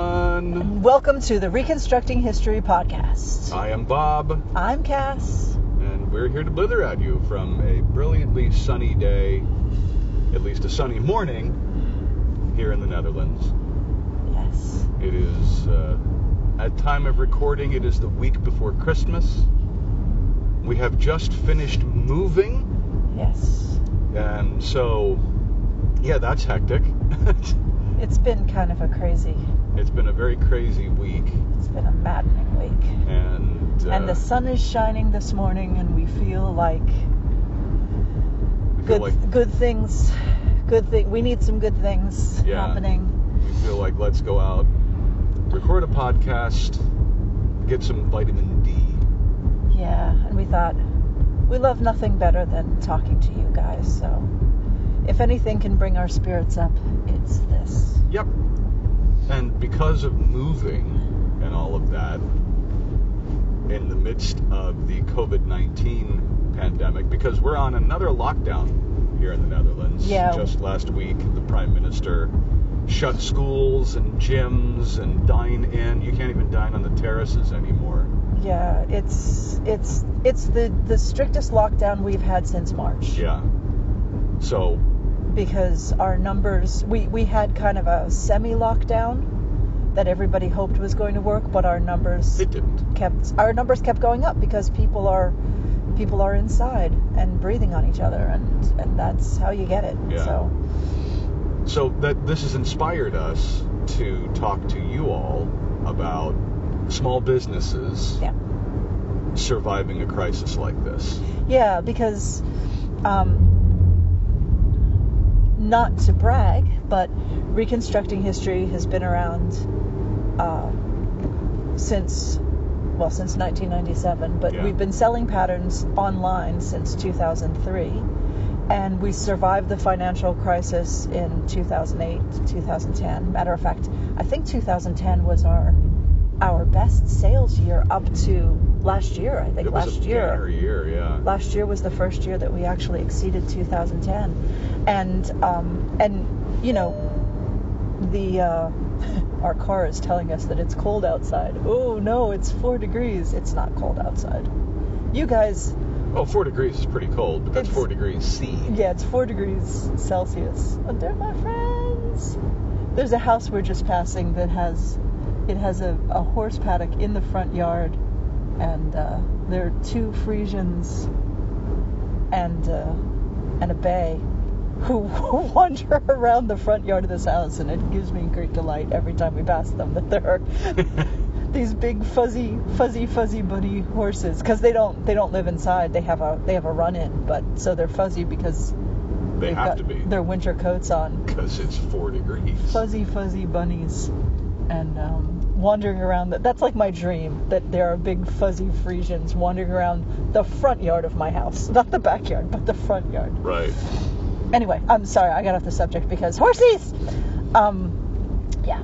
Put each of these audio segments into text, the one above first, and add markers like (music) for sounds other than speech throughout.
Gordon. Welcome to the Reconstructing History Podcast. I am Bob, I'm Cass. and we're here to blither at you from a brilliantly sunny day, at least a sunny morning, here in the Netherlands. Yes. It is, uh, at time of recording, it is the week before Christmas. We have just finished moving, Yes. and so, yeah, that's hectic. (laughs) It's been kind of a crazy, it's been a very crazy week, it's been a maddening week. and uh, And the sun is shining this morning, and we feel like we feel good, like good things. Good thing. We need some good things Yeah. happening. we feel like let's go out, record a podcast, get some vitamin D. Yeah. And we thought we love nothing better than talking to you guys. So, if anything can bring our spirits up, it's this. Yep. And because of moving and all of that, in the midst of the COVID 19 pandemic, because we're on another lockdown here in the Netherlands. Yeah. Just last week, the Prime Minister shut schools and gyms and dine in. You can't even dine on the terraces anymore. Yeah. It's it's it's the the strictest lockdown we've had since March. Yeah. So, because our numbers we, we had kind of a semi lockdown that everybody hoped was going to work but our numbers it didn't. kept our numbers kept going up because people are people are inside and breathing on each other and and that's how you get it Yeah. so So that this has inspired us to talk to you all about small businesses Yeah. surviving a crisis like this. yeah because um not to brag but reconstructing history has been around uh, since well since 1997 but Yeah. we've been selling patterns online since 2003 and we survived the financial crisis in 2008 2010 matter of fact i think 2010 was our our best sales year up to last year i think it was last a year banner year, yeah. last year was the first year that we actually exceeded 2010 and um, and you know the uh, (laughs) our car is telling us that it's cold outside oh no it's four degrees it's not cold outside you guys Oh, four degrees is pretty cold, but that's It's- four degrees C. (laughs) yeah it's four degrees celsius and they're my friends there's a house we're just passing that has it has a, a horse paddock in the front yard and uh, there are two frisians and uh, and a bay (laughs) who wander around the front yard of this house and it gives me great delight every time we pass them that there are these big fuzzy fuzzy fuzzy buddy horses because they don't they don't live inside they have a they have a run in but so they're fuzzy because They they've have got to be their winter coats on because it's four degrees. fuzzy fuzzy bunnies and um, wandering around the, that's like my dream that there are big fuzzy frisians wandering around the front yard of my house not the backyard but the front yard Right. anyway, I'm sorry, I got off the subject because horses. Um, yeah,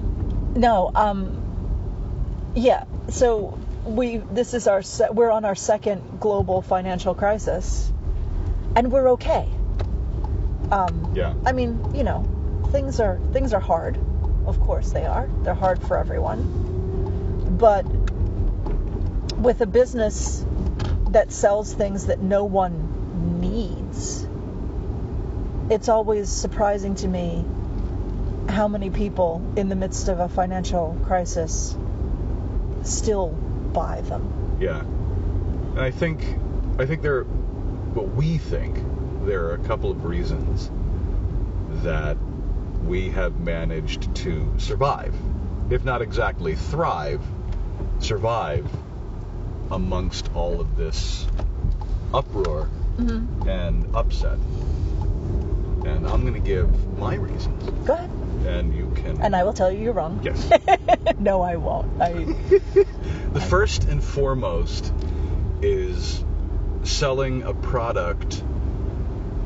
no, um, yeah. So we, this is our, se- we're on our second global financial crisis, and we're okay. Um, Yeah. I mean, you know, things are things are hard. Of course they are. They're hard for everyone. But with a business that sells things that no one needs, it's always surprising to me how many people in the midst of a financial crisis still buy them. Yeah. And I think I think there well we think there are a couple of reasons that we have managed to survive, if not exactly thrive, survive amongst all of this uproar Mm-hmm. and upset. And I'm going to give my reasons Go ahead, and you can and I will tell you you're wrong. Yes. (laughs) no, I won't. I The first and foremost is selling a product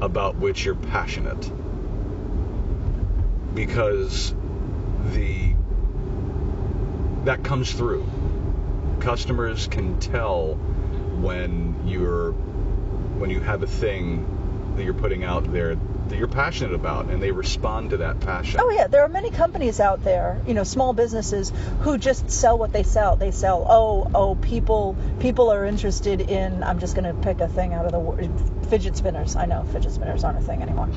about which you're passionate. Because the that comes through. Customers can tell when you're when you have a thing that you're putting out there that you're passionate about, and they respond to that passion. Oh yeah, there are many companies out there, you know, small businesses who just sell what they sell. They sell, oh, oh, people, people are interested in. I'm just going to pick a thing out of the wo- fidget spinners. I know fidget spinners aren't a thing anymore,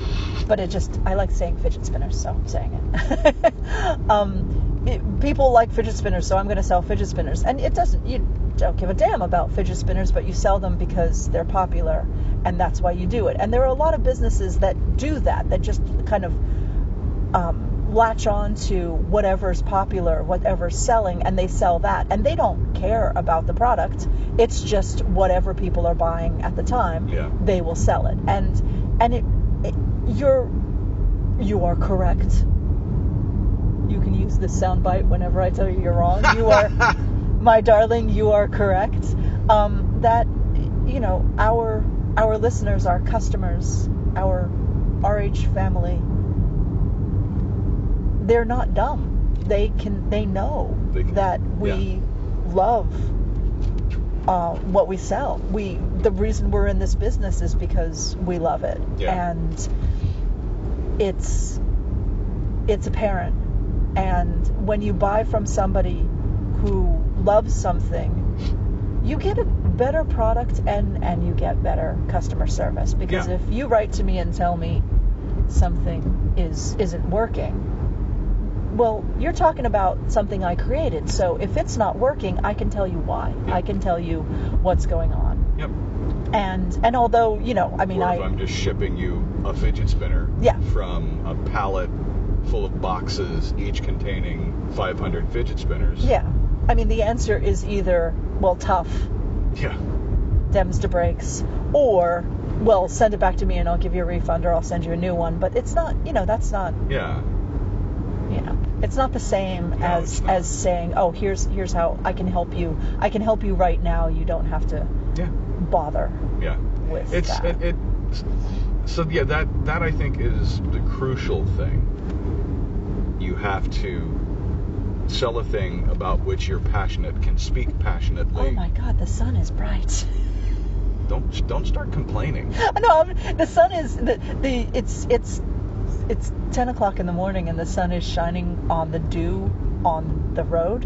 but it just I like saying fidget spinners, so I'm saying it. (laughs) um, it- people like fidget spinners, so I'm going to sell fidget spinners, and it doesn't. You don't give a damn about fidget spinners, but you sell them because they're popular, and that's why you do it. And there are a lot of businesses that do that, that just kind of um, latch on to whatever's popular, whatever's selling, and they sell that. And they don't care about the product. It's just whatever people are buying at the time, Yeah. they will sell it. And and it, it you're you are correct. You can use this soundbite whenever I tell you you're wrong. You (laughs) are my darling, you are correct. Um, that you know, our our listeners, our customers, our RH family, they're not dumb. They can they know They can- that we yeah. love uh, what we sell. We the reason we're in this business is because we love it, Yeah. and it's it's apparent. And when you buy from somebody who loves something, you get a better product and and you get better customer service because Yeah. if you write to me and tell me something is isn't working, well, you're talking about something I created. So if it's not working, I can tell you why. Yeah. I can tell you what's going on. Yep. And and although, you know, I mean or I if I'm just shipping you a fidget spinner Yeah. from a pallet full of boxes, each containing 500 fidget spinners. yeah. I mean the answer is either well tough Yeah. dems to breaks or well send it back to me and I'll give you a refund or I'll send you a new one but it's not you know that's not Yeah. you know it's not the same No, as it's not. as saying oh here's here's how I can help you I can help you right now you don't have to Yeah. bother Yeah. with It's that. it, it. So yeah, that that I think is the crucial thing. You have to sell a thing about which you're passionate, can speak passionately. oh my god the sun is bright (laughs) Don't don't start complaining. no I'm, the sun is the, the it's it's it's 10 o'clock in the morning and the sun is shining on the dew on the road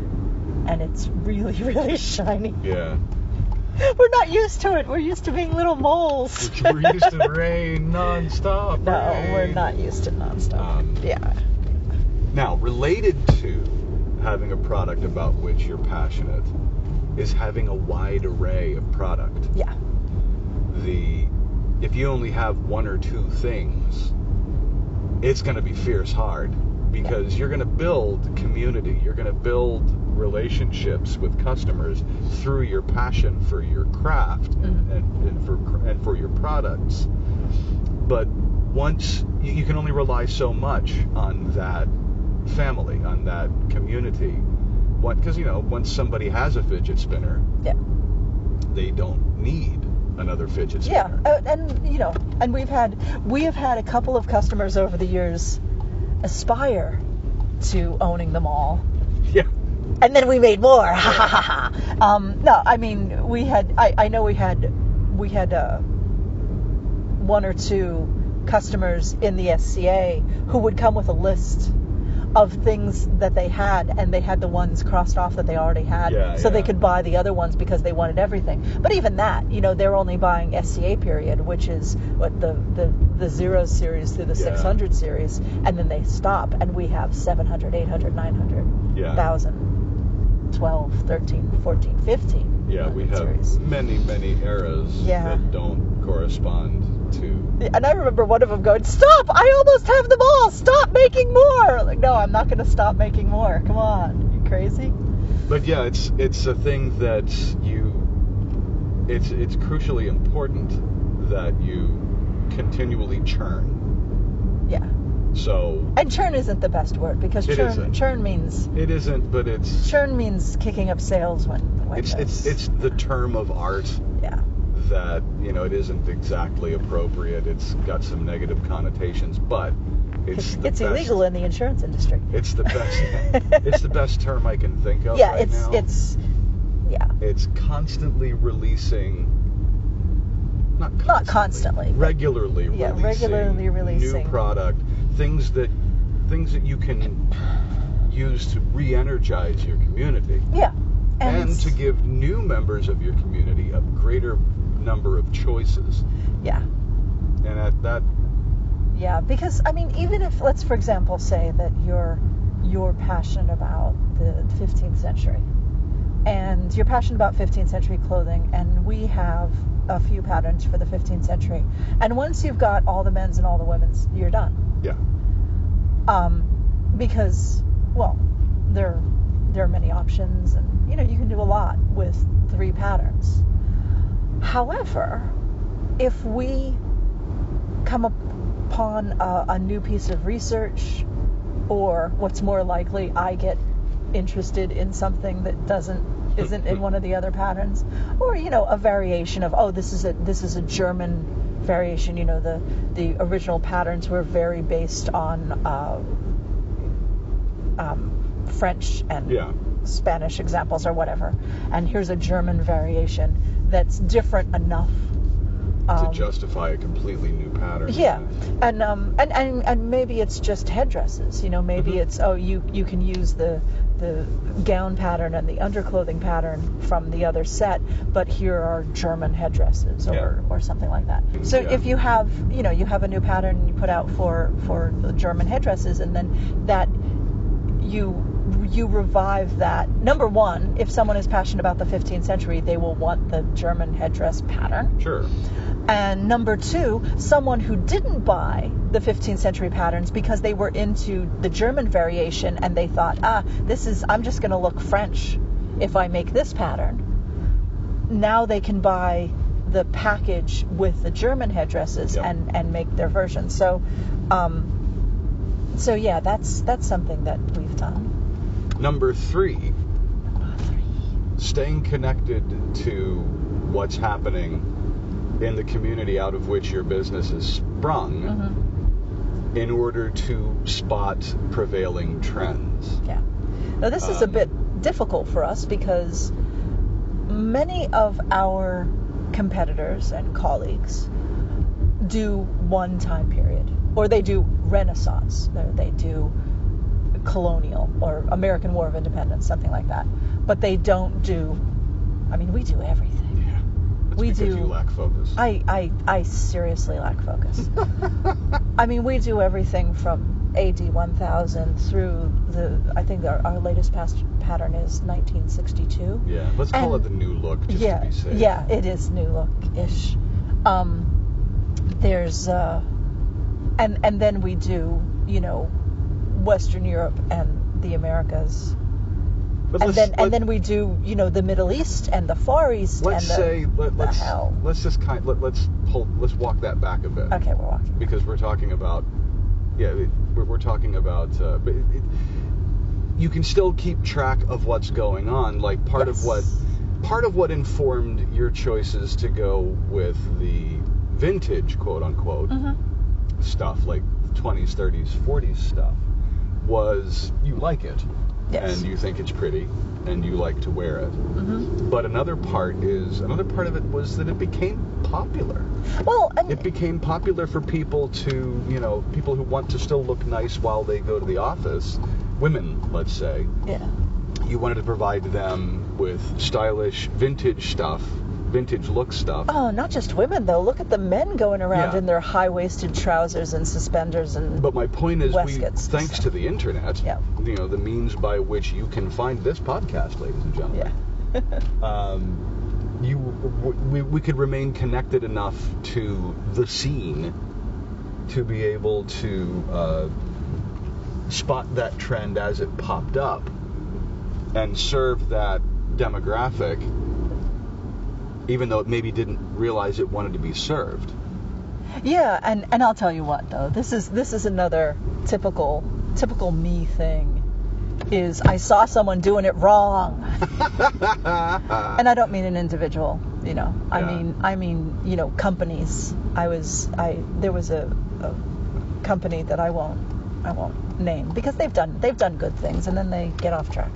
and it's really (laughs) really shiny Yeah. We're not used to it. We're used to being little moles. We're (laughs) used to rain nonstop. No, we're rain. not used to nonstop. Um, yeah. Now, related to having a product about which you're passionate is having a wide array of product. Yeah. The if you only have one or two things, it's going to be fierce hard because you're going to build community, you're going to build relationships with customers through your passion for your craft and, Mhm. and, and for cr- and for your products. But once you, you can only rely so much on that family, on that community. What? Because you know, once somebody has a fidget spinner, Yeah. they don't need another fidget Yeah. spinner. Uh, and you know, and we've had we have had a couple of customers over the years aspire to owning them all. Yeah. And then we made more. (laughs) Ha ha ha ha. Um, no, I mean we had. I, I know we had we had uh, one or two customers in the SCA who would come with a list of things that they had, and they had the ones crossed off that they already had, Yeah, so they yeah. could buy the other ones because they wanted everything. But even that, you know, they're only buying SCA period, which is what the the, the zero series through the Yeah. 600 series, and then they stop, and we have 700, 800, 900 Yeah. 1000, 12, 13, 14, 15. Yeah, we have series. many, many eras Yeah. that don't correspond to. And I remember one of them going, Stop! I almost have them all! Stop making more! Like, no, I'm not going to stop making more. Come on. You crazy? But yeah, it's it's a thing that you. It's it's crucially important that you continually churn. Yeah. So And churn isn't the best word because It churn, isn't. churn means it isn't, but it's churn means kicking up sales when, when it's it's there's- it's the term of art yeah that you know it isn't exactly appropriate. It's got some negative connotations, but it's, it's the best, illegal in the insurance industry. It's (laughs) the best. it's the best term I can think of. yeah, right it's now. it's yeah it's constantly releasing not constantly, Not constantly, but- regularly Yeah, releasing regularly releasing. new product, things that things that you can use to re-energize your community Yeah. and, it's- to give new members of your community a greater number of choices. Yeah. And at that, Yeah, because I mean, even if let's, for example, say that you're you're passionate about the 15th century, and you're passionate about 15th century clothing, and we have a few patterns for the 15th century, and once you've got all the men's and all the women's, you're done. Yeah. Um, because well, there there are many options, and you know you can do a lot with three patterns. However, if we come upon a, a new piece of research, or what's more likely, I get interested in something that doesn't isn't in one of the other patterns, or you know, a variation of oh, this is a this is a German variation. You know, the the original patterns were very based on uh, um, French and yeah, Spanish examples or whatever, and here's a German variation that's different enough. to um, justify a completely new pattern. yeah, and um, and, and and maybe it's just headdresses. You know, maybe Mhm. it's oh, you you can use the the gown pattern and the underclothing pattern from the other set, but here are German headdresses or, Yeah. or something like that. So Yeah. if you have you know you have a new pattern you put out for for the German headdresses, and then that you you revive that number one if someone is passionate about the 15th century they will want the german headdress pattern Sure. and number two, someone who didn't buy the 15th century patterns because they were into the German variation and they thought, ah, this is, I'm just going to look French if I make this pattern. Now they can buy the package with the German headdresses Yep. and, and make their version. So, um, so yeah, that's that's something that we've done. Number three, staying connected to what's happening in the community out of which your business is sprung Mhm. in order to spot prevailing trends. Yeah. Now, this is a Um, bit difficult for us because many of our competitors and colleagues do one time period, or they do Renaissance, or they do colonial or American War of Independence, something like that. But they don't do, I mean, we do everything. Yeah. That's We because do- you lack focus. I, I, I seriously lack focus. (laughs) I mean, we do everything from AD 1000 through the, I think our, our latest past pattern is 1962. (laughs) yeah. Let's call And- it the new look just yeah, to be safe. yeah, it is new look ish. Um, there's, uh, and and then we do, you know, Western Europe and the Americas, But and let's- then let- and then we do, you know, the Middle East and the Far East. let's and the, say let, the let's hell. let's just kind let, let's pull let's walk that back a bit Okay, we're walking. because we're talking about yeah it- we're, we're talking about uh, but it, it, you can still keep track of what's going on like part Yes. of what part of what informed your choices to go with the vintage quote unquote Mhm. stuff like 20s 30s 40s stuff was you like it Yes. Mm-hmm. and you think it's pretty and you like to wear it Mhm. but another part is another part of it was that it became popular Well, and it became popular for people to, you know, people who want to still look nice while they go to the office, women, let's say. yeah, You wanted to provide them with stylish vintage stuff, vintage look stuff. oh, not just women though. Look at the men going around Yeah. in their high-waisted trousers and suspenders and But my point is, we, Waistcoats. thanks to the internet, Yeah. you know, the means by which you can find this podcast, ladies and gentlemen, yeah, (laughs) um, you, w- we, we could remain connected enough to the scene to be able to uh, spot that trend as it popped up and serve that demographic, even though it maybe didn't realize it wanted to be served. yeah. And and I'll tell you what though, this is this is another typical typical me thing. Is I saw someone doing it (laughs) wrong, and I don't mean an individual. You know, I Yeah. mean I mean you know companies. I was I there was a, a company that I won't I won't name because they've done they've done good things and then they get off track.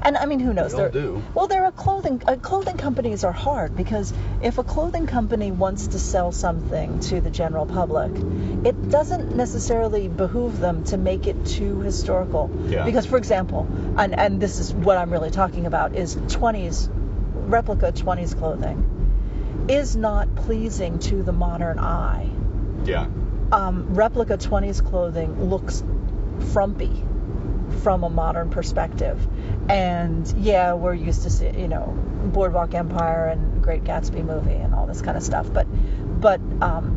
And I mean, who knows? They all They're- do. Well, there are clothing uh, clothing companies are hard because if a clothing company wants to sell something to the general public, it doesn't necessarily behoove them to make it too historical. Yeah. Because, for example, and and this is what I'm really talking about is 20s replica 20s clothing is not pleasing to the modern eye Yeah. um, replica 20s clothing looks frumpy from a modern perspective. And yeah, we're used to see, you know, Boardwalk Empire and Great Gatsby movie and all this kind of stuff. But, but, um,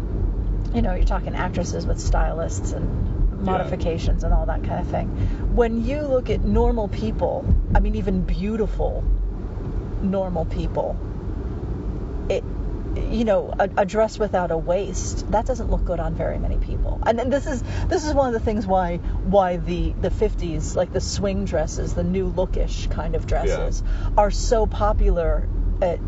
you know, you're talking actresses with stylists and modifications and all that kind of thing. When you look at normal people, I mean, even beautiful normal people, it, you know, a, a dress without a waist that doesn't look good on very many people. And, and this is this is one of the things why why the the 50s like the swing dresses, the new lookish kind of dresses, are so popular at,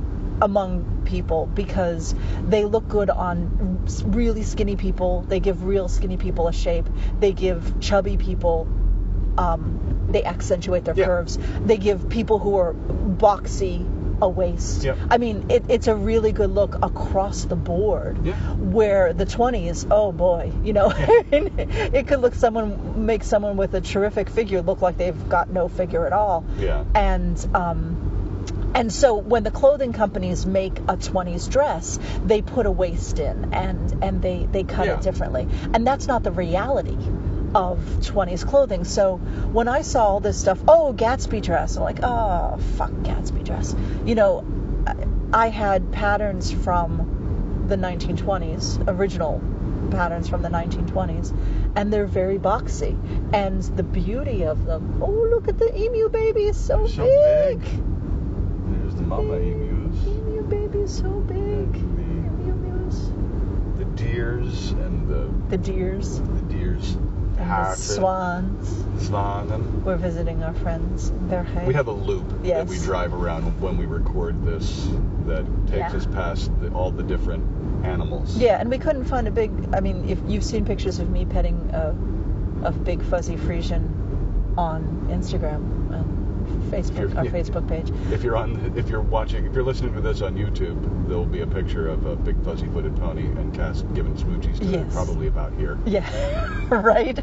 among people because they look good on s- really skinny people. They give real skinny people a shape. They give chubby people. Um, they accentuate their Yeah. curves. They give people who are boxy a waist. Yep. I mean, it, it's a really good look across the board. Yeah. Where the 20s, oh boy, you know, (laughs) Yeah. it could look someone make someone with a terrific figure look like they've got no figure at all. Yeah. And um, and so when the clothing companies make a 20s dress, they put a waist in and and they they cut Yeah. it differently. And that's not the reality of 20s clothing. So when I saw all this stuff, oh, Gatsby dress, I'm like, oh, fuck Gatsby dress. You know, I- I had patterns from the 1920s, original patterns from the 1920s, and they're very boxy. And the beauty of them, oh, look at the emu baby, it's so, So big. big. There's the mama emus, Emu baby is so big. And Emu emus. the deers, and the, The deers the deers. and the swans. Svanen. We're visiting our friends in Bergen. We have a loop that we Yes. drive around when we record this that takes Yeah. us past the, all the different animals. Yeah, and we couldn't find a big. I mean, if you've seen pictures of me petting a, a big fuzzy Frisian on Instagram and Facebook, our Yeah. Facebook page. If you're on, if you're watching, if you're listening to this on YouTube, there will be a picture of a big fuzzy-footed pony and Cass giving smoochies to it, Yes. probably about here. Yeah, (laughs) right.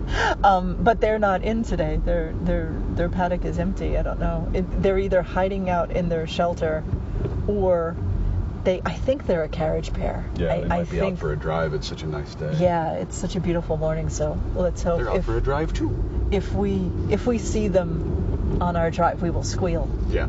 Um, but they're not in today. Their their their paddock is empty. I don't know. It, they're either hiding out in their shelter, or they. I think they're a carriage pair. Yeah, I, they I might be think. out for a drive. It's such a nice day. yeah, it's such a beautiful morning. So let's hope they're out if, for a drive too. if we if we see them on our drive, we will squeal. Yeah,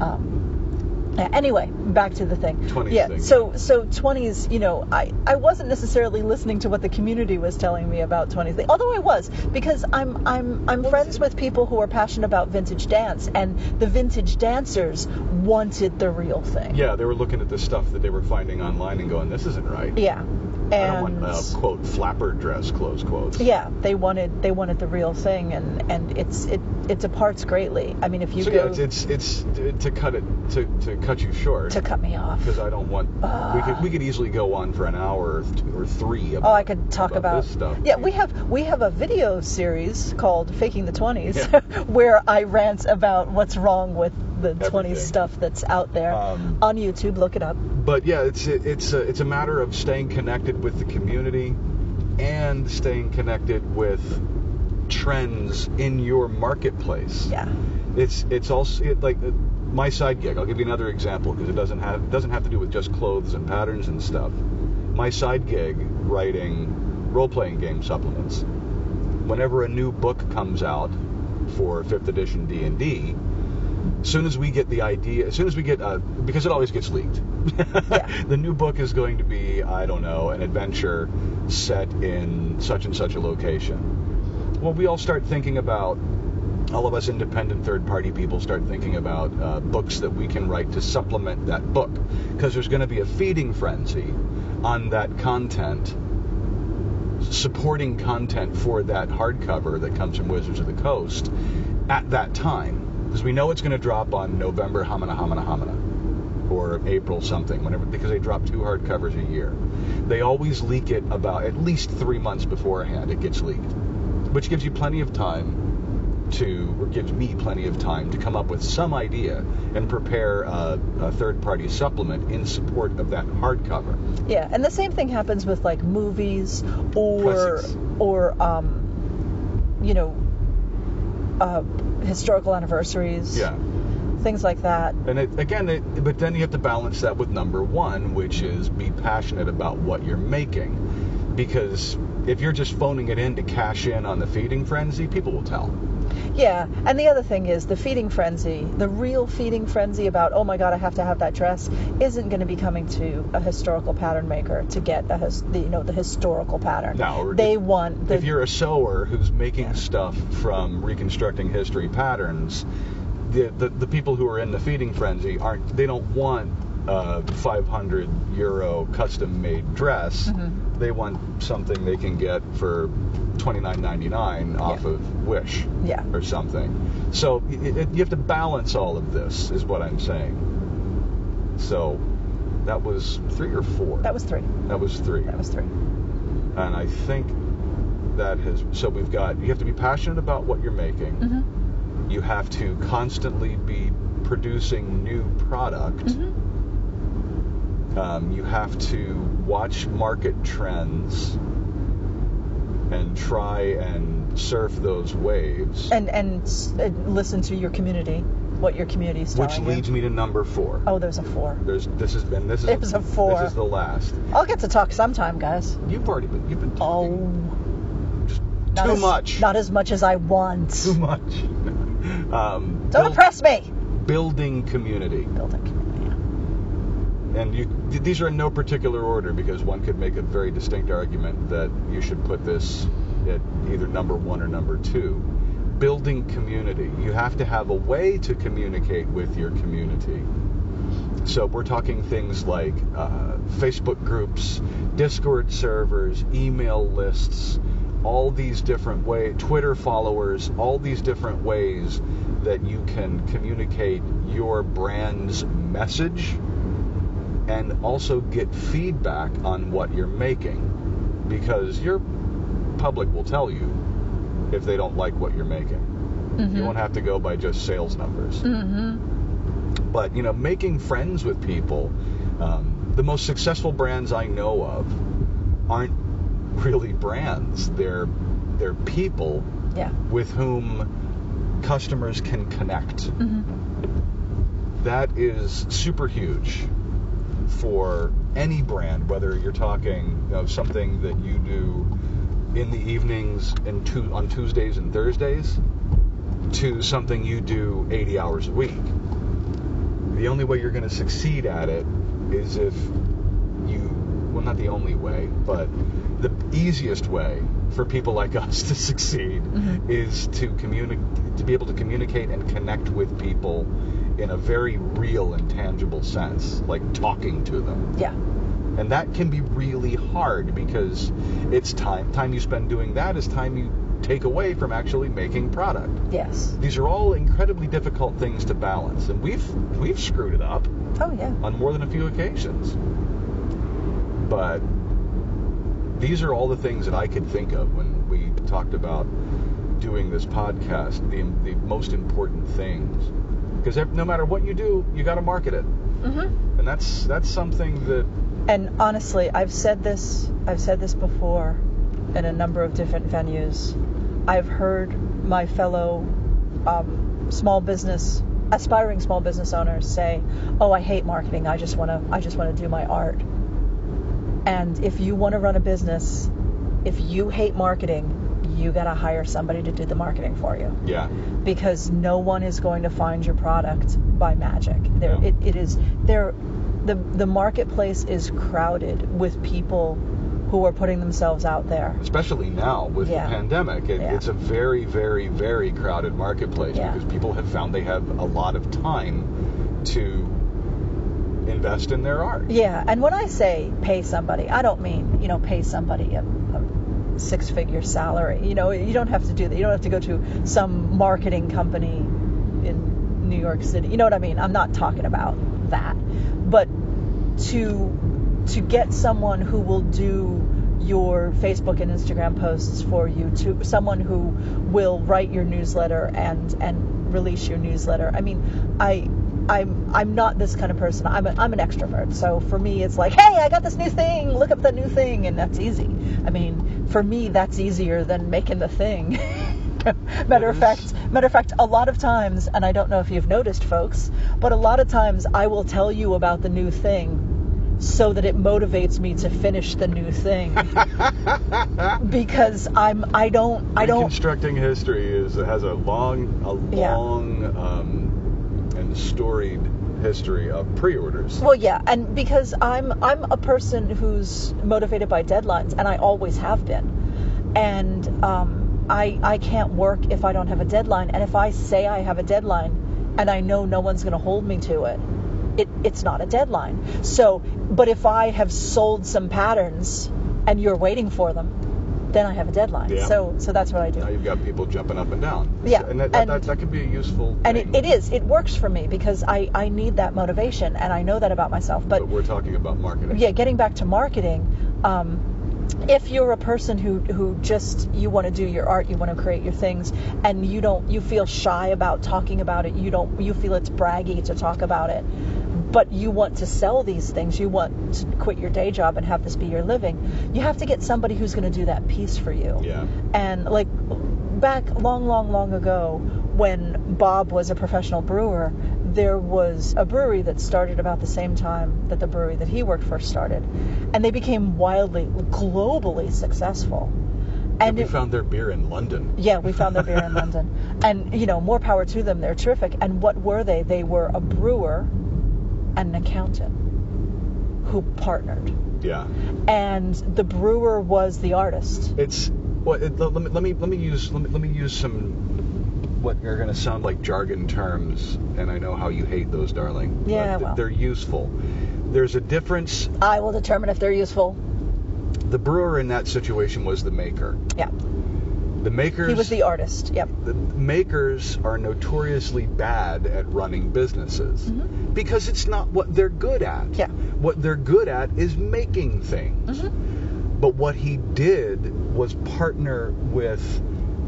um, yeah, anyway, back to the thing. 20s yeah. thing. So so 20s, you know, I I wasn't necessarily listening to what the community was telling me about 20s. thing, Although I was because I'm I'm I'm friends with people who are passionate about vintage dance and the vintage dancers wanted the real thing. yeah. They were looking at the stuff that they were finding online and going, "This isn't right." Yeah. And I don't want uh, quote flapper dress close quotes. yeah, they wanted they wanted the real thing and and it's it it departs greatly. I mean, if you so yeah, go it's, it's it's to- to cut it to, to cut you short. to cut me off. because I don't want. we could we could easily go on for an hour or, th- or three. About, Oh, I could talk about, this stuff. Yeah, we have we have a video series called Faking the 20s Yeah. (laughs) where I rant about what's wrong with the 20s Everything. stuff that's out there Um, on YouTube. Look it up. But yeah, it's it, it's a, it's a matter of staying connected with the community, and staying connected with trends in your marketplace. Yeah. It's it's also it, like uh, my side gig. I'll give you another example because it doesn't have it doesn't have to do with just clothes and patterns and stuff. My side gig writing role playing game supplements. Whenever a new book comes out for 5th edition D&D, as soon as we get the idea, as soon as we get uh, because it always gets leaked. Yeah. (laughs) the new book is going to be, I don't know, an adventure set in such and such a location. Well, we all start thinking about all of us independent third party people start thinking about uh, books that we can write to supplement that book because there's going to be a feeding frenzy on that content supporting content for that hardcover that comes from Wizards of the Coast at that time because we know it's going to drop on November Hamina Hamina Hamina or April something whenever because they drop two hardcovers a year. They always leak it about at least 3 months beforehand it gets leaked, which gives you plenty of time to or gives me plenty of time to come up with some idea and prepare a, a third-party supplement in support of that hardcover. Yeah, and the same thing happens with like movies or Classics. or um, you know, uh, historical anniversaries, Yeah. things like that. And it, again, it, but then you have to balance that with number one, which is be passionate about what you're making. Because if you're just phoning it in to cash in on the feeding frenzy, people will tell. Yeah, and the other thing is the feeding frenzy, the real feeding frenzy about oh my god, I have to have that dress, isn't going to be coming to a historical pattern maker to get a his, the, you know the historical pattern. No, or they if- want the if you're a sewer who's making stuff from reconstructing history patterns, the, the the people who are in the feeding frenzy aren't. They don't want a 500 euro custom made dress. Mhm. They want something they can get for 29.99 off Yeah. of Wish yeah. or something. So y it, you have to balance all of this, is what I'm saying. So that was three or four. That was three. that was three That was three. and I think that has so we've got you have to be passionate about what you're making. Mm-hmm. You have to constantly be producing new product. Mm-hmm. Um, you have to watch market trends and try and surf those waves. And and s- and listen to your community, what your community is which telling you. leads me to number four. Oh, there's a four. There's this is and this is It was a four. This is the last. I'll get to talk sometime, guys. You've already been you've been Oh, talking not too as- much. Not as much as I want. (laughs) too much. (laughs) um, Don't build- oppress me. building community. Building community. and you, th- these are in no particular order because one could make a very distinct argument that you should put this at either number one or number two. Building community. You have to have a way to communicate with your community. So we're talking things like uh, Facebook groups, Discord servers, email lists, all these different way, Twitter followers, all these different ways that you can communicate your brand's message and also get feedback on what you're making because your public will tell you if they don't like what you're making. Mm-hmm. You won't have to go by just sales numbers. Mm-hmm. But, you know, making friends with people, um, the most successful brands I know of aren't really brands. They're they're people Yeah. with whom customers can connect. Mm-hmm. that is super huge for any brand, whether you're talking you know, something that you do in the evenings and tu- on Tuesdays and Thursdays to something you do 80 hours a week. The only way you're going to succeed at it is if you, well, not the only way, but the easiest way for people like us (laughs) to succeed Mhm. is to communicate, to be able to communicate and connect with people in a very real and tangible sense, like talking to them. Yeah. And that can be really hard because it's time time you spend doing that is time you take away from actually making product. Yes. These are all incredibly difficult things to balance, and we've we've screwed it up Oh yeah. on more than a few occasions. But these are all the things that I could think of when we talked about doing this podcast, the, the most important things. Because no matter what you do, you got to market it. Mm-hmm. And that's that's something that And honestly, I've said this I've said this before in a number of different venues. I've heard my fellow um, small business aspiring small business owners say, "Oh, I hate marketing. I just want to I just want to do my art." And if you want to run a business, if you hate marketing, you got to hire somebody to do the marketing for you yeah, because no one is going to find your product by magic. There, Yeah. it, it is there. The the marketplace is crowded with people who are putting themselves out there. especially now with Yeah. the pandemic, it, Yeah. it's a very very very crowded marketplace Yeah. because people have found they have a lot of time to invest in their art. Yeah, and when I say pay somebody, I don't mean you know pay somebody a, a six-figure salary. You know, you don't have to do that. You don't have to go to some marketing company in New York City. You know what I mean? I'm not talking about that, but to to get someone who will do your Facebook and Instagram posts for you to someone who will write your newsletter and and release your newsletter. I mean, I I'm I'm not this kind of person. I'm a, I'm an extrovert. So for me, it's like, hey, I got this new thing. Look up the new thing, and that's easy. I mean, for me, that's easier than making the thing. (laughs) matter of fact, matter of fact, a lot of times, and I don't know if you've noticed, folks, but a lot of times I will tell you about the new thing so that it motivates me to finish the new thing because I'm I don't I don't Reconstructing history is has a long, a Yeah. long um, and storied history of pre-orders. Well, yeah, and because I'm I'm a person who's motivated by deadlines, and I always have been, and um, I I can't work if I don't have a deadline, and if I say I have a deadline, and I know no one's going to hold me to it, it it's not a deadline. So, but if I have sold some patterns, and you're waiting for them, then I have a deadline. Yeah. So so that's what I do. Now you've got people jumping up and down. Yeah, and that that, and- that, that could be a useful. and thing, it, it is it works for me because I I need that motivation, and I know that about myself. But we're talking about marketing. yeah, getting back to marketing, um, if you're a person who, who just you want to do your art, you want to create your things, and you don't you feel shy about talking about it, you don't you feel it's braggy to talk about it, but you want to sell these things, you want to quit your day job and have this be your living, you have to get somebody who's going to do that piece for you Yeah. and like back long long long ago when bob was a professional brewer there was a brewery that started about the same time that the brewery that he worked for started and they became wildly globally successful And and we it- found their beer in London. (laughs) yeah, we found their beer (laughs) in London. And, you know, more power to them. They're terrific. And what were they? They were a brewer and an accountant who partnered. Yeah. And the brewer was the artist. It's well. It, let, me, let me let me use let me, let me use some what are going to sound like jargon terms, and I know how you hate those, darling. Yeah, th- well. they're useful. There's a difference. I will determine if they're useful. The brewer in that situation was the maker. Yeah. The makers. He was the artist. Yep. the makers are notoriously bad at running businesses Mhm. because it's not what they're good at. Yeah. What they're good at is making things. Mm-hmm. But what he did was partner with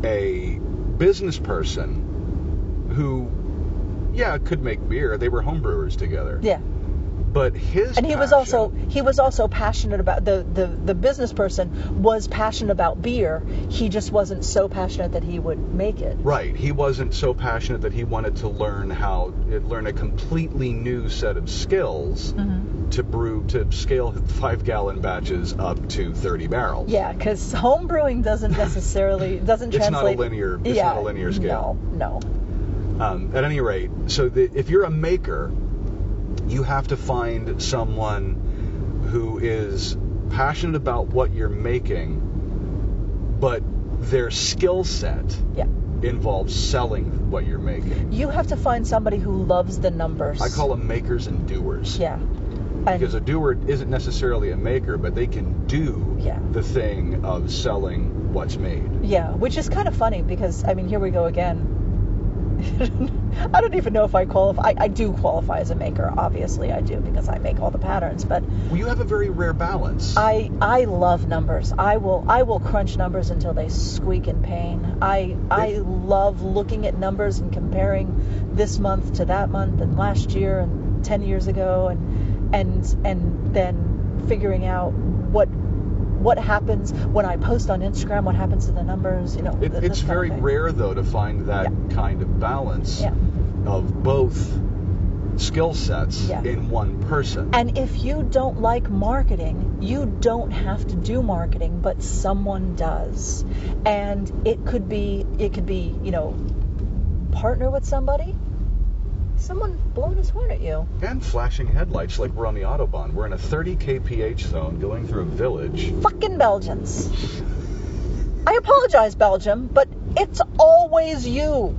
a business person who, yeah, could make beer. They were homebrewers together. Yeah. But his And he was passion- also he was also passionate about the, the the business person was passionate about beer. He just wasn't so passionate that he would make it. Right. He wasn't so passionate that he wanted to learn how learn a completely new set of skills Mm-hmm. to brew to scale five gallon batches up to 30 barrels. Yeah, because home brewing (laughs) doesn't necessarily doesn't It's not a translate. linear- it's yeah, not a linear scale. No, no. Um, at any rate, so the, if you're a maker, you have to find someone who is passionate about what you're making, but their skill set Yeah. involves selling what you're making. You have to find somebody who loves the numbers. I call them makers and doers. Yeah. And Because a doer isn't necessarily a maker, but they can do Yeah. the thing of selling what's made. Yeah, which is kind of funny because I mean, here we go again. (laughs) I don't even know if I qualify. I, I do qualify as a maker, obviously I do because I make all the patterns. But Well, you have a very rare balance. I I love numbers. I will I will crunch numbers until they squeak in pain. I I love looking at numbers and comparing this month to that month and last year and 10 years ago and and and then figuring out what what happens when I post on Instagram, what happens to the numbers, you know. It, th- this it's kind of very thing. rare, though, to find that kind of balance Yeah. of both skill sets Yeah. in one person. And if you don't like marketing, you don't have to do marketing, but someone does. And it could be it could be, you know, partner with somebody. Someone blowing his horn at you. And flashing headlights like we're on the Autobahn. We're in a 30 kph zone going through a village. Fucking Belgians. I apologize, Belgium, but it's always you.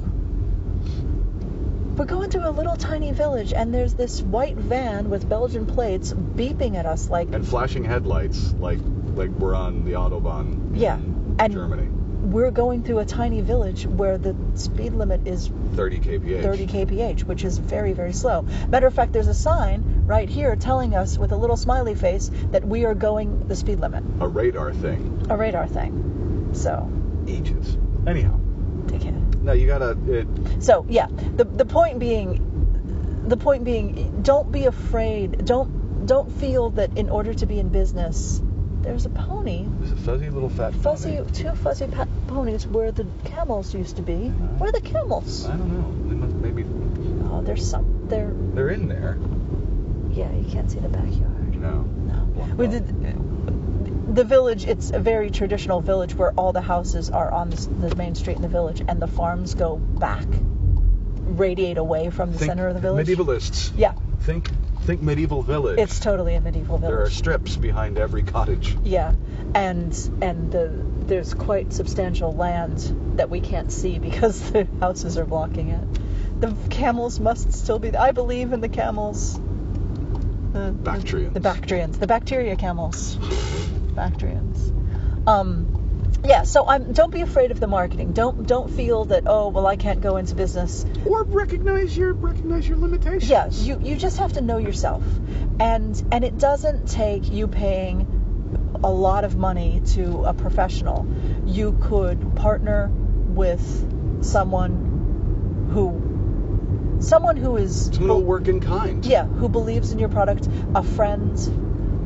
We're going to a little tiny village and there's this white van with Belgian plates beeping at us like And flashing headlights like like we're on the Autobahn Yeah. And Germany. we're going through a tiny village where the speed limit is 30 kph. 30 kph, which is very, very slow. Matter of fact, there's a sign right here telling us with a little smiley face that we are going the speed limit, A radar thing a radar thing. So, ages. Anyhow, dickhead. no, you gotta. uh, It, So yeah, the the point being, the point being, don't be afraid. Don't don't feel that in order to be in business, there's a pony, it's a fuzzy little fat. fuzzy pony. two fuzzy pa- ponies where the camels used to be. Where are the camels? I don't know. They must maybe Oh, there's some. There. they're in there. Yeah, you can't see the backyard. No. No. We did. The village, it's a very traditional village where all the houses are on the, s- the main street in the village and the farms go back, radiate away from the Think center of the village. Medievalists. Yeah. Think think medieval village. It's totally a medieval there are village. strips behind every cottage. Yeah, and and the, there's quite substantial land that we can't see because (laughs) the houses are blocking it. The camels must still be. I believe in the camels. The Bactrians. The, Bactrians. The bacteria camels. Bactrians. Um, yeah. So I'm. Don't be afraid of the marketing. Don't don't feel that. Oh well, I can't go into business. Or recognize your recognize your limitations. Yeah, you, you just have to know yourself. And and it doesn't take you paying a lot of money to a professional. You could partner with someone who someone who is Someone will work in kind. yeah, who believes in your product, a friend.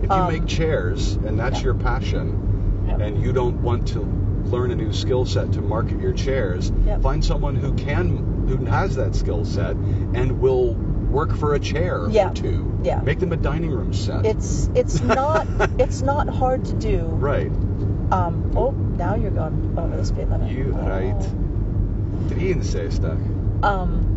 If you Um, make chairs and that's yeah. your passion, Yep. and you don't want to learn a new skill set to market your chairs, Yep. find someone who can who has that skill set and will work for a chair Yeah. or two. Yeah. Make them a dining room set. It's (laughs) it's not it's not hard to do. right. Um oh, now you're going over the speed limit. You Oh. right. Did Ian say stuff? um,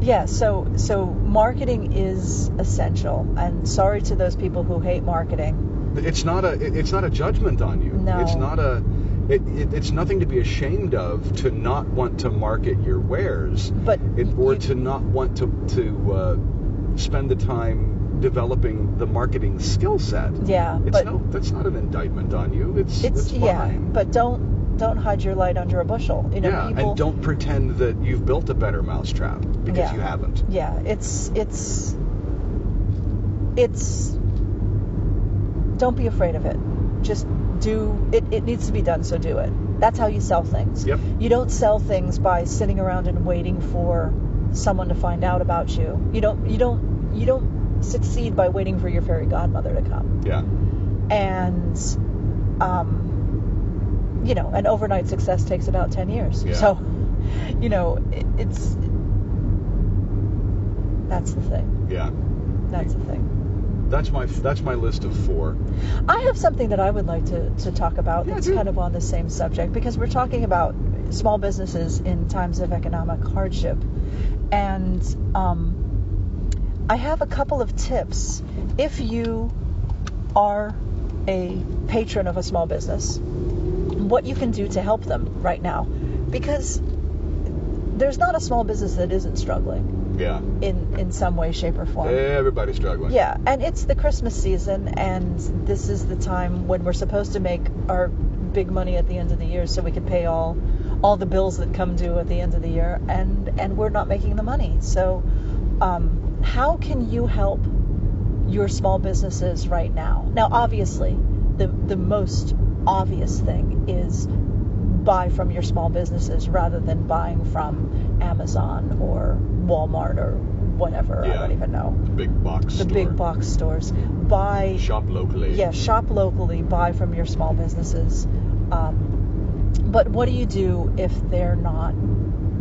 yeah so so marketing is essential and sorry to those people who hate marketing It's not a it- it's not a judgment on you. No. It's not a it, it, it's nothing to be ashamed of to not want to market your wares. but it, or you- to not want to to uh, spend the time developing the marketing skill set. yeah It's but no, that's not an indictment on you. It's it's, it's yeah fine. but don't don't hide your light under a bushel you know yeah, people and don't pretend that you've built a better mousetrap because Yeah. you haven't. yeah it's it's it's don't be afraid of it just do it it needs to be done so do it that's how you sell things Yep. you don't sell things by sitting around and waiting for someone to find out about you. You don't you don't you don't succeed by waiting for your fairy godmother to come. Yeah. And um you know, an overnight success takes about 10 years. Yeah. So, you know, it, it's that's the thing. Yeah. That's the thing. That's my that's my list of four. I have something that I would like to, to talk about Yeah, that's do. kind of on the same subject because we're talking about small businesses in times of economic hardship. And um, I have a couple of tips if you are a patron of a small business, what you can do to help them right now. Because there's not a small business that isn't struggling Yeah. in, in some way, shape, or form. Everybody's struggling. Yeah, and it's the Christmas season, and this is the time when we're supposed to make our big money at the end of the year, so we can pay all all the bills that come due at the end of the year, and and we're not making the money. So, um, how can you help your small businesses right now? Now, obviously, the the most obvious thing is buy from your small businesses rather than buying from Amazon or Walmart or whatever. I Yeah. don't even know The big box the store. big box stores. Buy, Shop locally. yeah, shop locally, buy from your small businesses. Um, but what do you do if they're not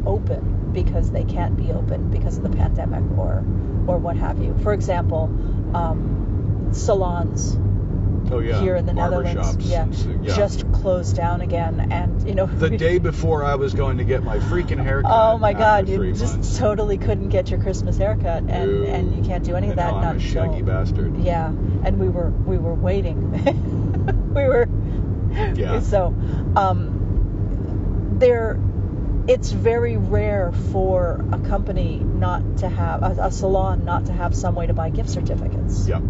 open because they can't be open because of the pandemic or or what have you? For example, um, salons Oh yeah. here in the Barber Netherlands, shops yeah, and so- yeah. just closed down again, and you know. the (laughs) day before I was going to get my freaking haircut. Oh my after God! You three just months. totally couldn't get your Christmas haircut, and, No. and you can't do any of And that. now not I'm a shaggy till- bastard. Yeah, and we were we were waiting. (laughs) we were Yeah. So, um, there, it's very rare for a company not to have a, a salon not to have some way to buy gift certificates. Yep.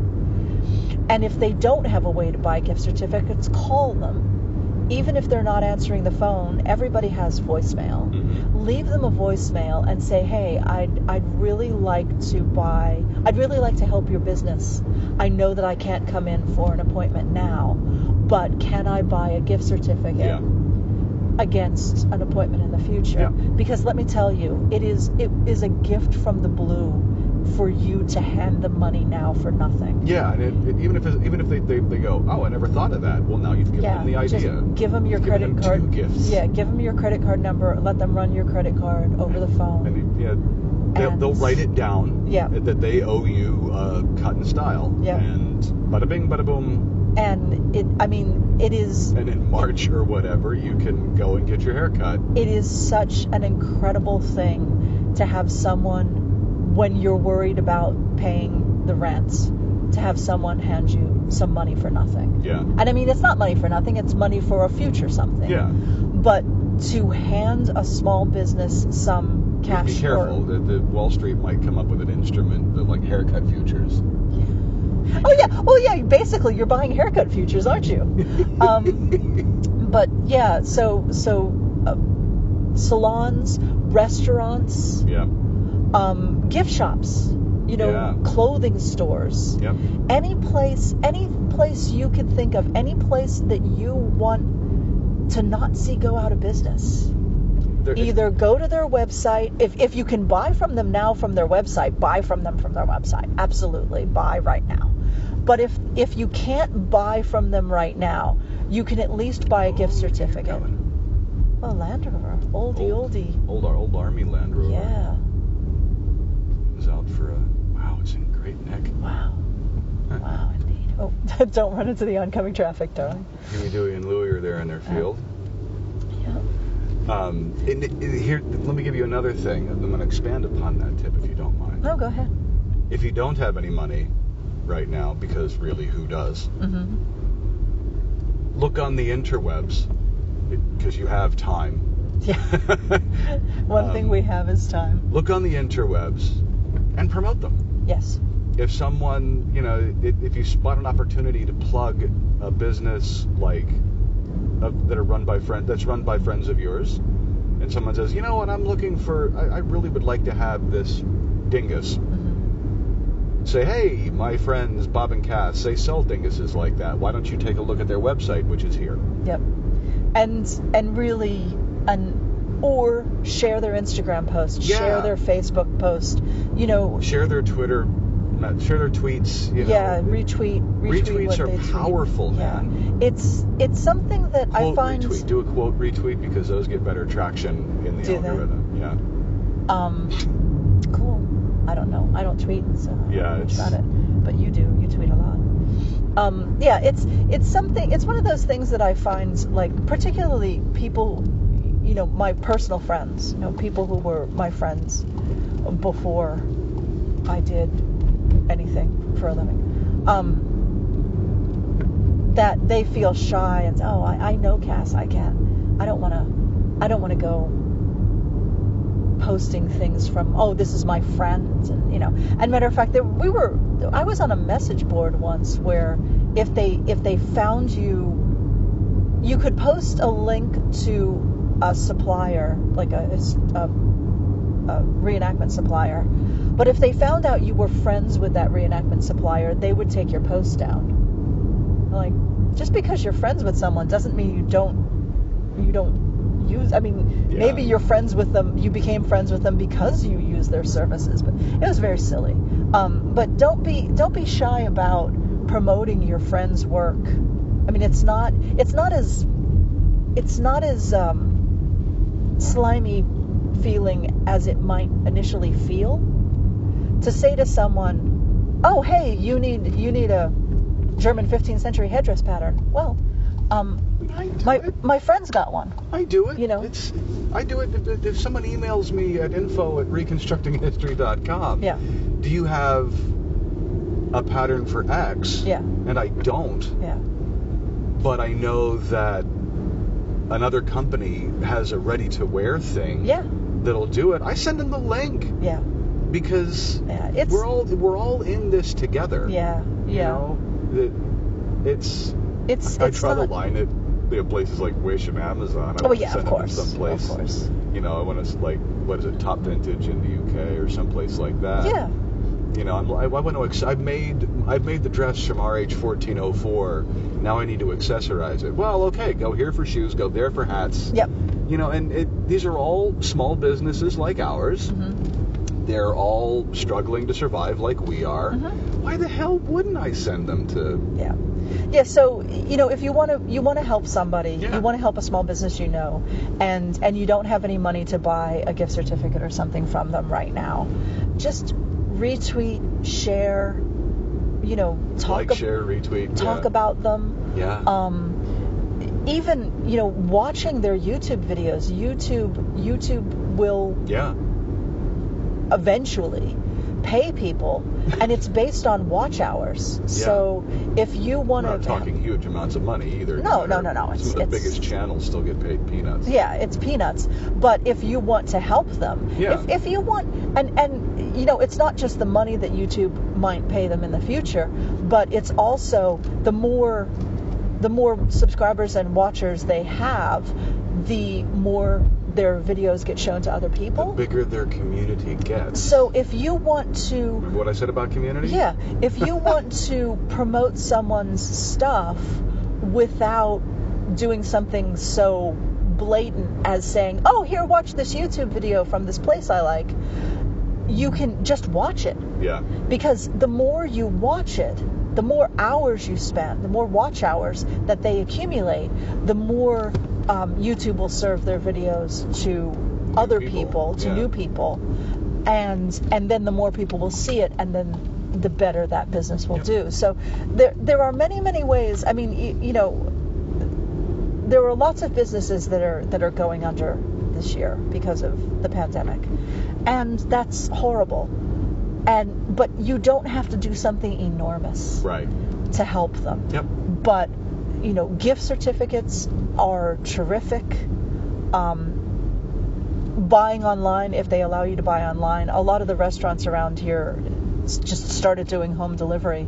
And if they don't have a way to buy gift certificates, call them even if they're not answering the phone, everybody has voicemail. Mhm. Leave them a voicemail and say, "Hey, I'd I'd really like to buy. I'd really like to help your business. I know that I can't come in for an appointment now, but can I buy a gift certificate?" Yeah. against an appointment in the future Yeah. because let me tell you it is it is a gift from the blue for you to hand the money now for nothing Yeah, and it, it- even if it's, even if they, they, they go, oh, I never thought of that. Well, now you've given them the idea. Just give them your Give credit them card. two gifts. Yeah, give them your credit card number. Let them run your credit card over the phone. and you know, they'll, And- they'll write it down. Yeah. That they owe you uh, cut and style. Yeah. And bada bing, bada boom, And it, I mean, it is and in March or whatever, you can go and get your hair cut. it is such an incredible thing to have someone when you're worried about paying the rent, to have someone hand you some money for nothing. Yeah. And I mean, it's not money for nothing. It's money for a future something. Yeah. But to hand a small business some You have cash to be or- careful. that The, Wall Street might come up with an instrument that like haircut futures. Oh yeah, oh yeah. Basically, you're buying haircut futures, aren't you? (laughs) Um, But yeah, so so uh, salons, restaurants, (laughs) yeah. um, gift shops, you know, Yeah. clothing stores, Yep. any place, any place you can think of, any place that you want to not see go out of business. There- Either go to their website. If, if you can buy from them now from their website, buy from them from their website. Absolutely, buy right now. But if if you can't buy from them right now, you can at least buy a gift Oh, you're certificate. going. Oh, Land Rover, oldie Old. oldie. Old our old Army Land Rover. Yeah. It was out for a wow. It's in great (laughs) neck. Wow. Huh. Wow, indeed. Oh, (laughs) don't run into the oncoming traffic, darling. Huey, Dewey, and Louie are there in their field. Yeah. Um, and, it- it- here, let me give you another thing. I'm going to expand upon that tip if you don't mind. No, go ahead. If you don't have any money right now, because really, who does? Mm-hmm. Look on the interwebs because you have time. Yeah. (laughs) One Um, thing we have is time. (laughs) Look on the interwebs and promote them. Yes. if someone, you know, if, if you spot an opportunity to plug a business like uh, that are run by friend that's run by friends of yours, and someone says, you know what, I'm looking for, I, I really would like to have this dingus. Mm-hmm. Say, hey, my friends Bob and Cass, they sell dinguses like that. Why don't you take a look at their website, which is here? Yep. And and really an or share their Instagram post, share Yeah. their Facebook post. You know. Share their Twitter, not- share their tweets. You know, yeah. retweet. Retweet. retweets what are they tweet. powerful, Yeah. man. It's it's something that I Quote find. retweet. Do a quote retweet because those get better traction in the Do they? algorithm. Yeah. Um, cool. I don't know. I don't tweet, so I Yeah, don't know much it's- about it. But you do. You tweet a lot. Um, yeah, it's it's something. It's one of those things that I find like particularly people, you know, my personal friends, you know, people who were my friends before I did anything for a living. Um, that they feel shy and oh, I, I know Cass, I can't, I don't want to, I don't want to go posting things from oh this is my friend and you know and matter of fact there, we were i was on a message board once where if they if they found you you could post a link to a supplier like a, his- a, a reenactment supplier but if they found out you were friends with that reenactment supplier they would take your post down like just because you're friends with someone doesn't mean you don't you don't use i mean Yeah. maybe you're friends with them you became friends with them because you use their services but it was very silly um, but don't be don't be shy about promoting your friends work i mean it's not it's not as it's not as um, slimy feeling as it might initially feel to say to someone oh hey you need you need a german 15th century headdress pattern well um, I do my it. my friend's got one I do it. you know? it's I do it. If, if someone emails me at info at reconstructinghistory.com, Yeah. Do you have a pattern for X? Yeah. And I don't, yeah but I know that another company has a ready-to-wear thing yeah that'll do it. I send them the link yeah because yeah it's we're all we're all in this together. yeah yeah You know, that it's it's I it's try not to line it they have places like Wish and Amazon. I Oh would yeah, of send them to course, Someplace, of course. You know, when it's like, what is it, Top Vintage in the UK or someplace like that. yeah. You know, I'm, I, I want to. Ex- I've made I've made the dress from RH 1404. Now I need to accessorize it. Well, okay, go here for shoes, go there for hats. Yep. You know, and it, these are all small businesses like ours. Mhm. They're all struggling to survive like we are. Mm-hmm. Why the hell wouldn't I send them to? Yeah. Yeah, so you know, if you want to you want to help somebody, Yeah. you want to help a small business you know and and you don't have any money to buy a gift certificate or something from them right now, just retweet, share, you know, talk like, ab- share, retweet. talk yeah. about them. Yeah. um, even you know watching their YouTube videos. YouTube YouTube will yeah. eventually pay people, and it's based on watch hours. So if you We're want not to talking huge amounts of money either. No, no, Our- no, no, it's- Some of the it's- biggest channels still get paid peanuts. yeah, it's peanuts. But if you want to help them, Yeah. if, if you want, and and you know, it's not just the money that YouTube might pay them in the future, but it's also the more the more subscribers and watchers they have, the more their videos get shown to other The people. bigger their community gets. So if you want to Remember what I said about community? yeah, if you want to promote someone's stuff without doing something so blatant as saying, "Oh, here, watch this YouTube video from this place I like," you can just watch it Yeah. because the more you watch it, the more hours you spend, the more watch hours that they accumulate, the more um, YouTube will serve their videos to other people, people, to yeah. new people, and and then the more people will see it, and then the better that business will Yep. do. So there there are many many ways. I mean, you, you know, there are lots of businesses that are that are going under this year because of the pandemic, and that's horrible and but you don't have to do something enormous Right. to help them Yep. but you know gift certificates are terrific um, buying online if they allow you to buy online a lot of the restaurants around here s- just started doing home delivery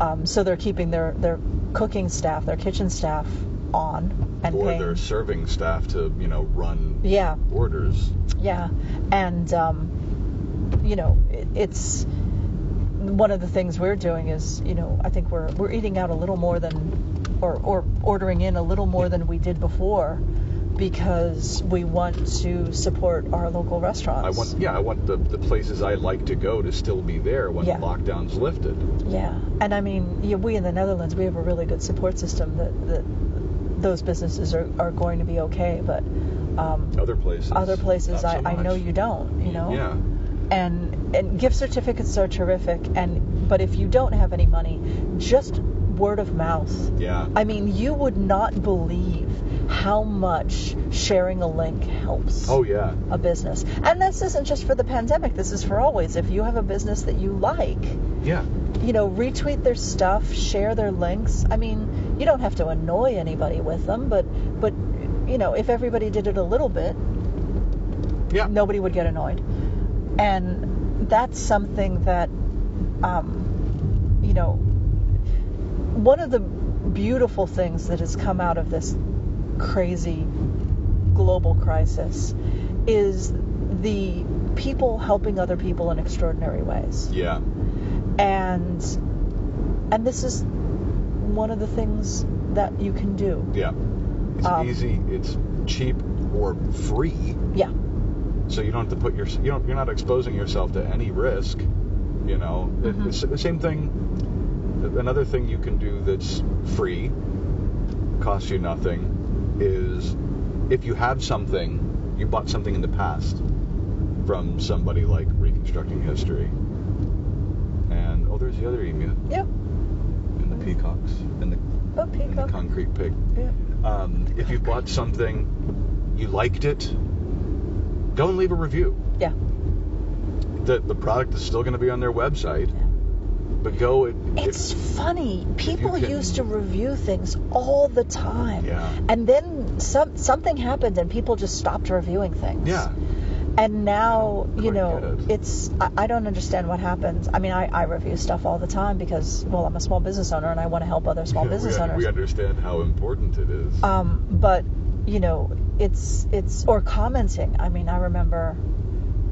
um, so they're keeping their their cooking staff their kitchen staff on and or paying their serving staff to, you know, run yeah orders. Yeah, and um, you know, it, it's one of the things we're doing is, you know, I think we're we're eating out a little more than, or or ordering in a little more than we did before, because we want to support our local restaurants. I want, yeah, I want the, the places I like to go to still be there when Yeah. the lockdown's lifted. Yeah, and I mean, yeah, we in the Netherlands, we have a really good support system that that those businesses are are going to be okay, but. Um, Other places. other places, not I, so I know much. you don't. You know. Yeah. and and gift certificates are terrific and but if you don't have any money just word of mouth Yeah. i mean you would not believe how much sharing a link helps Oh, yeah. a business and this isn't just for the pandemic this is for always if you have a business that you like Yeah. you know retweet their stuff share their links i mean you don't have to annoy anybody with them but but you know if everybody did it a little bit Yeah. nobody would get annoyed. And that's something that, um, you know, one of the beautiful things that has come out of this crazy global crisis is the people helping other people in extraordinary ways. Yeah. And and this is one of the things that you can do. Yeah. It's Um, easy. It's cheap or free. Yeah. So you don't have to put your you don't you're not exposing yourself to any risk. You know, It- Mhm. it's the same thing. Another thing you can do that's free, costs you nothing, is if you have something, you bought something in the past from somebody like Reconstructing History. And oh, there's the other emu Yep. and the peacocks and the, Oh, and the peacock. concrete pig Yeah. um, if you bought something, you liked it, go and leave a review. Yeah. The, the product is still going to be on their website, but go it. It's funny. People can- used to review things all the time. Yeah. And then some something happened and people just stopped reviewing things. yeah, and now I don't you quite know get it. it's I, I don't understand what happens i mean I, I review stuff all the time because well i'm a small business owner and i want to help other small Yeah, we business un- owners We understand how important it is. um, but you know it's it's or commenting i mean i remember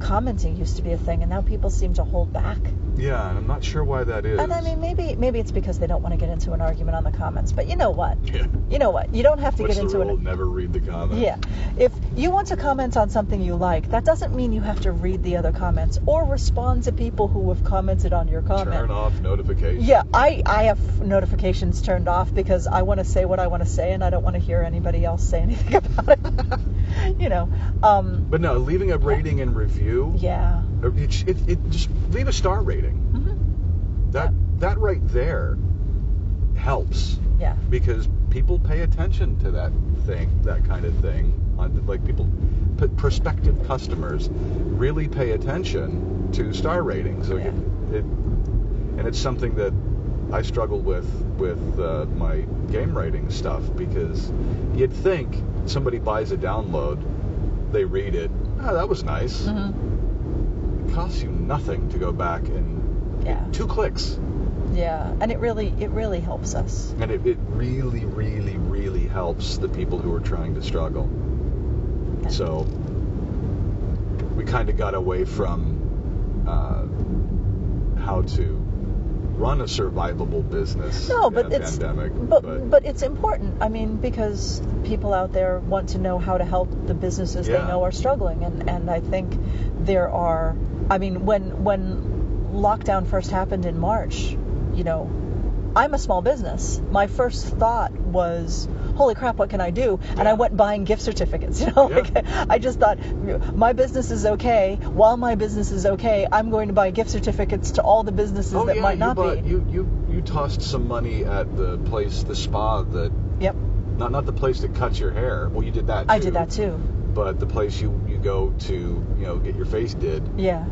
commenting used to be a thing and now people seem to hold back yeah, and I'm not sure why that is. and i mean maybe maybe it's because they don't want to get into an argument on the comments but you know what yeah. you know what you don't have to What's get the into rule? an Never read the comments. yeah if you want to comment on something you like that doesn't mean you have to read the other comments or respond to people who have commented on your comment Turn off notifications. Yeah, I, I have notifications turned off because I want to say what I want to say and I don't want to hear anybody else say (laughs) anything about it. (laughs) you know, um, (laughs) But no, leaving a rating and review. yeah. uh, It, it, it just leave a star rating. hmm That that right there helps Yeah. because people pay attention to that thing, that kind of thing. On- Like people, p- prospective customers really pay attention to star ratings. So Yeah. it, it, and it's something that I struggle with with uh, my game writing stuff because you'd think somebody buys a download, they read it, oh, that was nice. hmm It costs you nothing to go back and Yeah. two clicks. Yeah. And it really, it really helps us. And it, it really, really, really helps the people who are trying to struggle. Yeah. So we kind of got away from uh, how to run a survivable business No, in but a it's- pandemic. But, but, it's important. I mean, because people out there want to know how to help the businesses Yeah. they know are struggling. And, and I think there are, I mean, when, when lockdown first happened in March, you know, I'm a small business. My first thought was, holy crap, what can I do? And I Yeah. went buying gift certificates. (laughs) You know, Yeah. like, I just thought, my business is okay. While my business is okay, I'm going to buy gift certificates to all the businesses oh that yeah, might you, not bought, be. you you you tossed some money at the place, the spa that Yep. not not the place that cuts your hair. Well, you did that. I too, did that too. But the place you you go to, you know, get your face did. Yeah.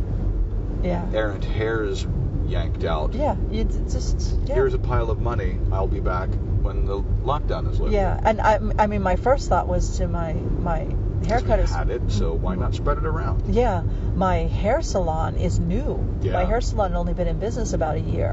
Yeah. errant hairs yanked out. Yeah. You d- just yeah. Here's a pile of money. I'll be back when the lockdown is lifted. yeah. And I, I mean, my first thought was to my my Because haircut we is had it, so why not spread it around? yeah. My hair salon is new. Yeah. My hair salon had only been in business about a year,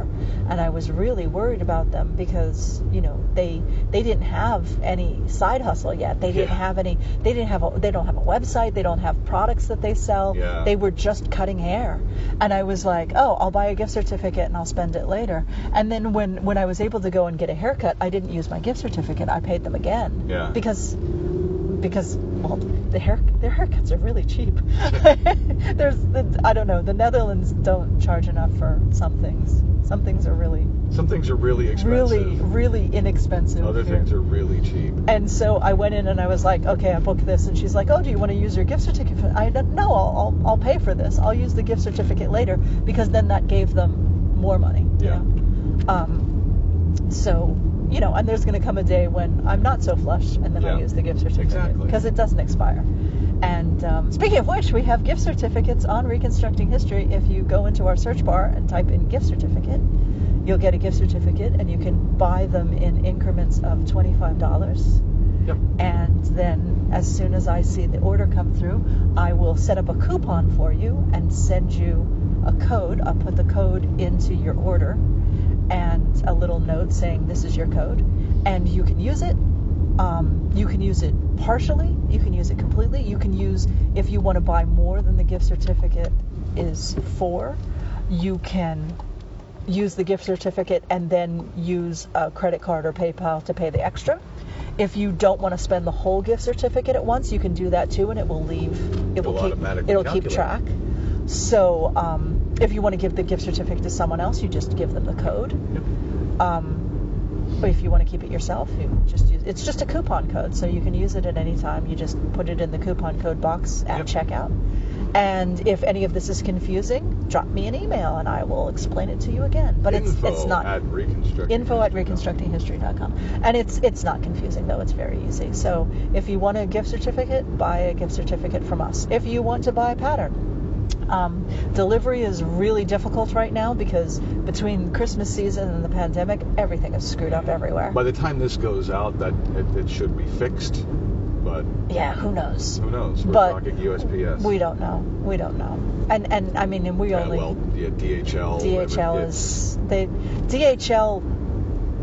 and I was really worried about them because you know they they didn't have any side hustle yet. They didn't Yeah. have any. They didn't have. A, they don't have a website. They don't have products that they sell. Yeah. They were just cutting hair, and I was like, oh, I'll buy a gift certificate and I'll spend it later. And then when when I was able to go and get a haircut, I didn't use my gift certificate. I paid them again Yeah. because because well the hair their haircuts are really cheap (laughs) there's the, i don't know the netherlands don't charge enough for some things some things are really Some things are really expensive. really really inexpensive Other here. things are really cheap. and so i went in and i was like okay i booked this and she's like oh do you want to use your gift certificate i don't no I'll, I'll i'll pay for this i'll use the gift certificate later because then that gave them more money you Yeah. know? um so you know and there's going to come a day when i'm not so flush and then i Yeah. use the gift certificate Exactly. because it doesn't expire and um, speaking of which, we have gift certificates on Reconstructing History. If you go into our search bar and type in gift certificate, you'll get a gift certificate and you can buy them in increments of $25. Yep. And then as soon as I see the order come through, I will set up a coupon for you and send you a code. I'll put the code into your order and a little note saying this is your code and you can use it. Um, you can use it partially, you can use it completely, you can use if you want to buy more than the gift certificate is for, you can use the gift certificate and then use a credit card or PayPal to pay the extra. If you don't want to spend the whole gift certificate at once, you can do that too, and it will leave. It It'll will keep. automatically It'll keep track. calculate. So um, if you want to give the gift certificate to someone else, you just give them the code. Um, but if you want to keep it yourself, you just use. It's just a coupon code, so you can use it at any time. You just put it in the coupon code box at Yep. checkout. And if any of this is confusing, drop me an email and I will explain it to you again. But it's info it's not at reconstruct. info at reconstructinghistory.com and it's it's not confusing though it's very easy so if you want a gift certificate buy a gift certificate from us if you want to buy a pattern um, delivery is really difficult right now because between christmas season and the pandemic everything is screwed up everywhere By the time this goes out, that it, it should be fixed. But not. Yeah, who knows? Who knows? We're But talking USPS. We don't know. We don't know. And and I mean, and we Yeah, only well, yeah, DHL. whatever, DHL it's- is they DHL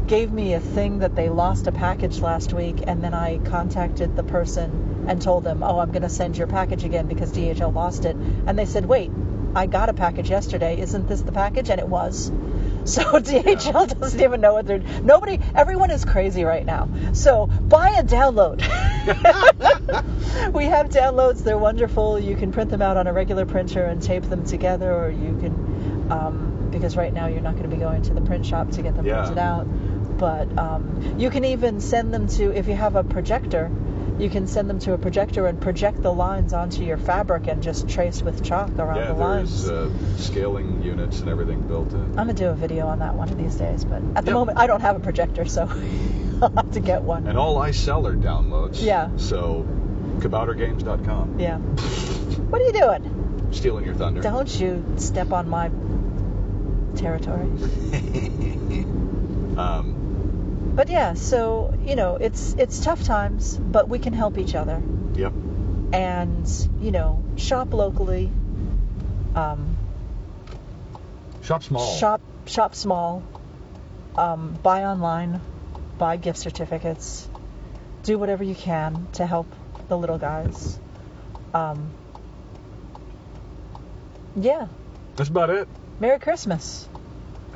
gave me a thing that they lost a package last week, and then I contacted the person and told them, oh, I'm going to send your package again because DHL lost it, and they said, wait, I got a package yesterday. Isn't this the package? And it was. (laughs) So DHL doesn't even know what they're. Nobody, everyone is crazy right now. So buy a download. we have downloads. They're wonderful. You can print them out on a regular printer and tape them together, or you can, um, because right now you're not going to be going to the print shop to get them Yeah. printed out. But um, you can even send them to, if you have a projector, you can send them to a projector and project the lines onto your fabric and just trace with chalk around Yeah, the lines. there's uh, scaling units and everything built in. I'm gonna do a video on that one of these days, but at the Yep. moment I don't have a projector, so (laughs) I'll have to get one. And all I sell are downloads. Yeah. So, kaboutergames.com. (laughs) Yeah. What are you doing? Stealing your thunder. Don't you step on my territory. (laughs) um, But yeah, so you know, it's it's tough times, but we can help each other. Yep. And you know, shop locally. Um, shop small. Shop shop small. Um, buy online. Buy gift certificates. Do whatever you can to help the little guys. Um, yeah. That's about it. Merry Christmas.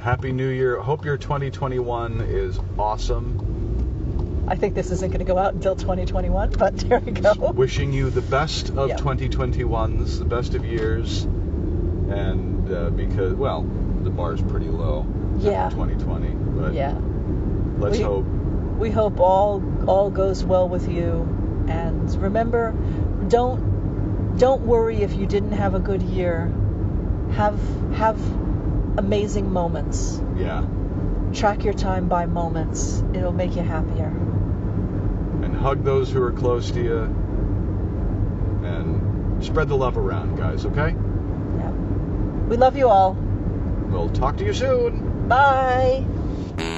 Happy New Year. Hope your 2021 is awesome. I think this isn't going to go out until 2021, but there we go. (laughs) Wishing you the best of Yeah. 2021s, the best of years. And uh, because, well, the bar's pretty low. after Yeah. 2020. But Yeah. let's We- hope. We hope all all goes well with you, and remember, don't don't worry if you didn't have a good year. Have have amazing moments. Yeah. track your time by moments. It'll make you happier. and hug those who are close to you and spread the love around, guys, okay? We love you all. We'll talk to you soon. Bye.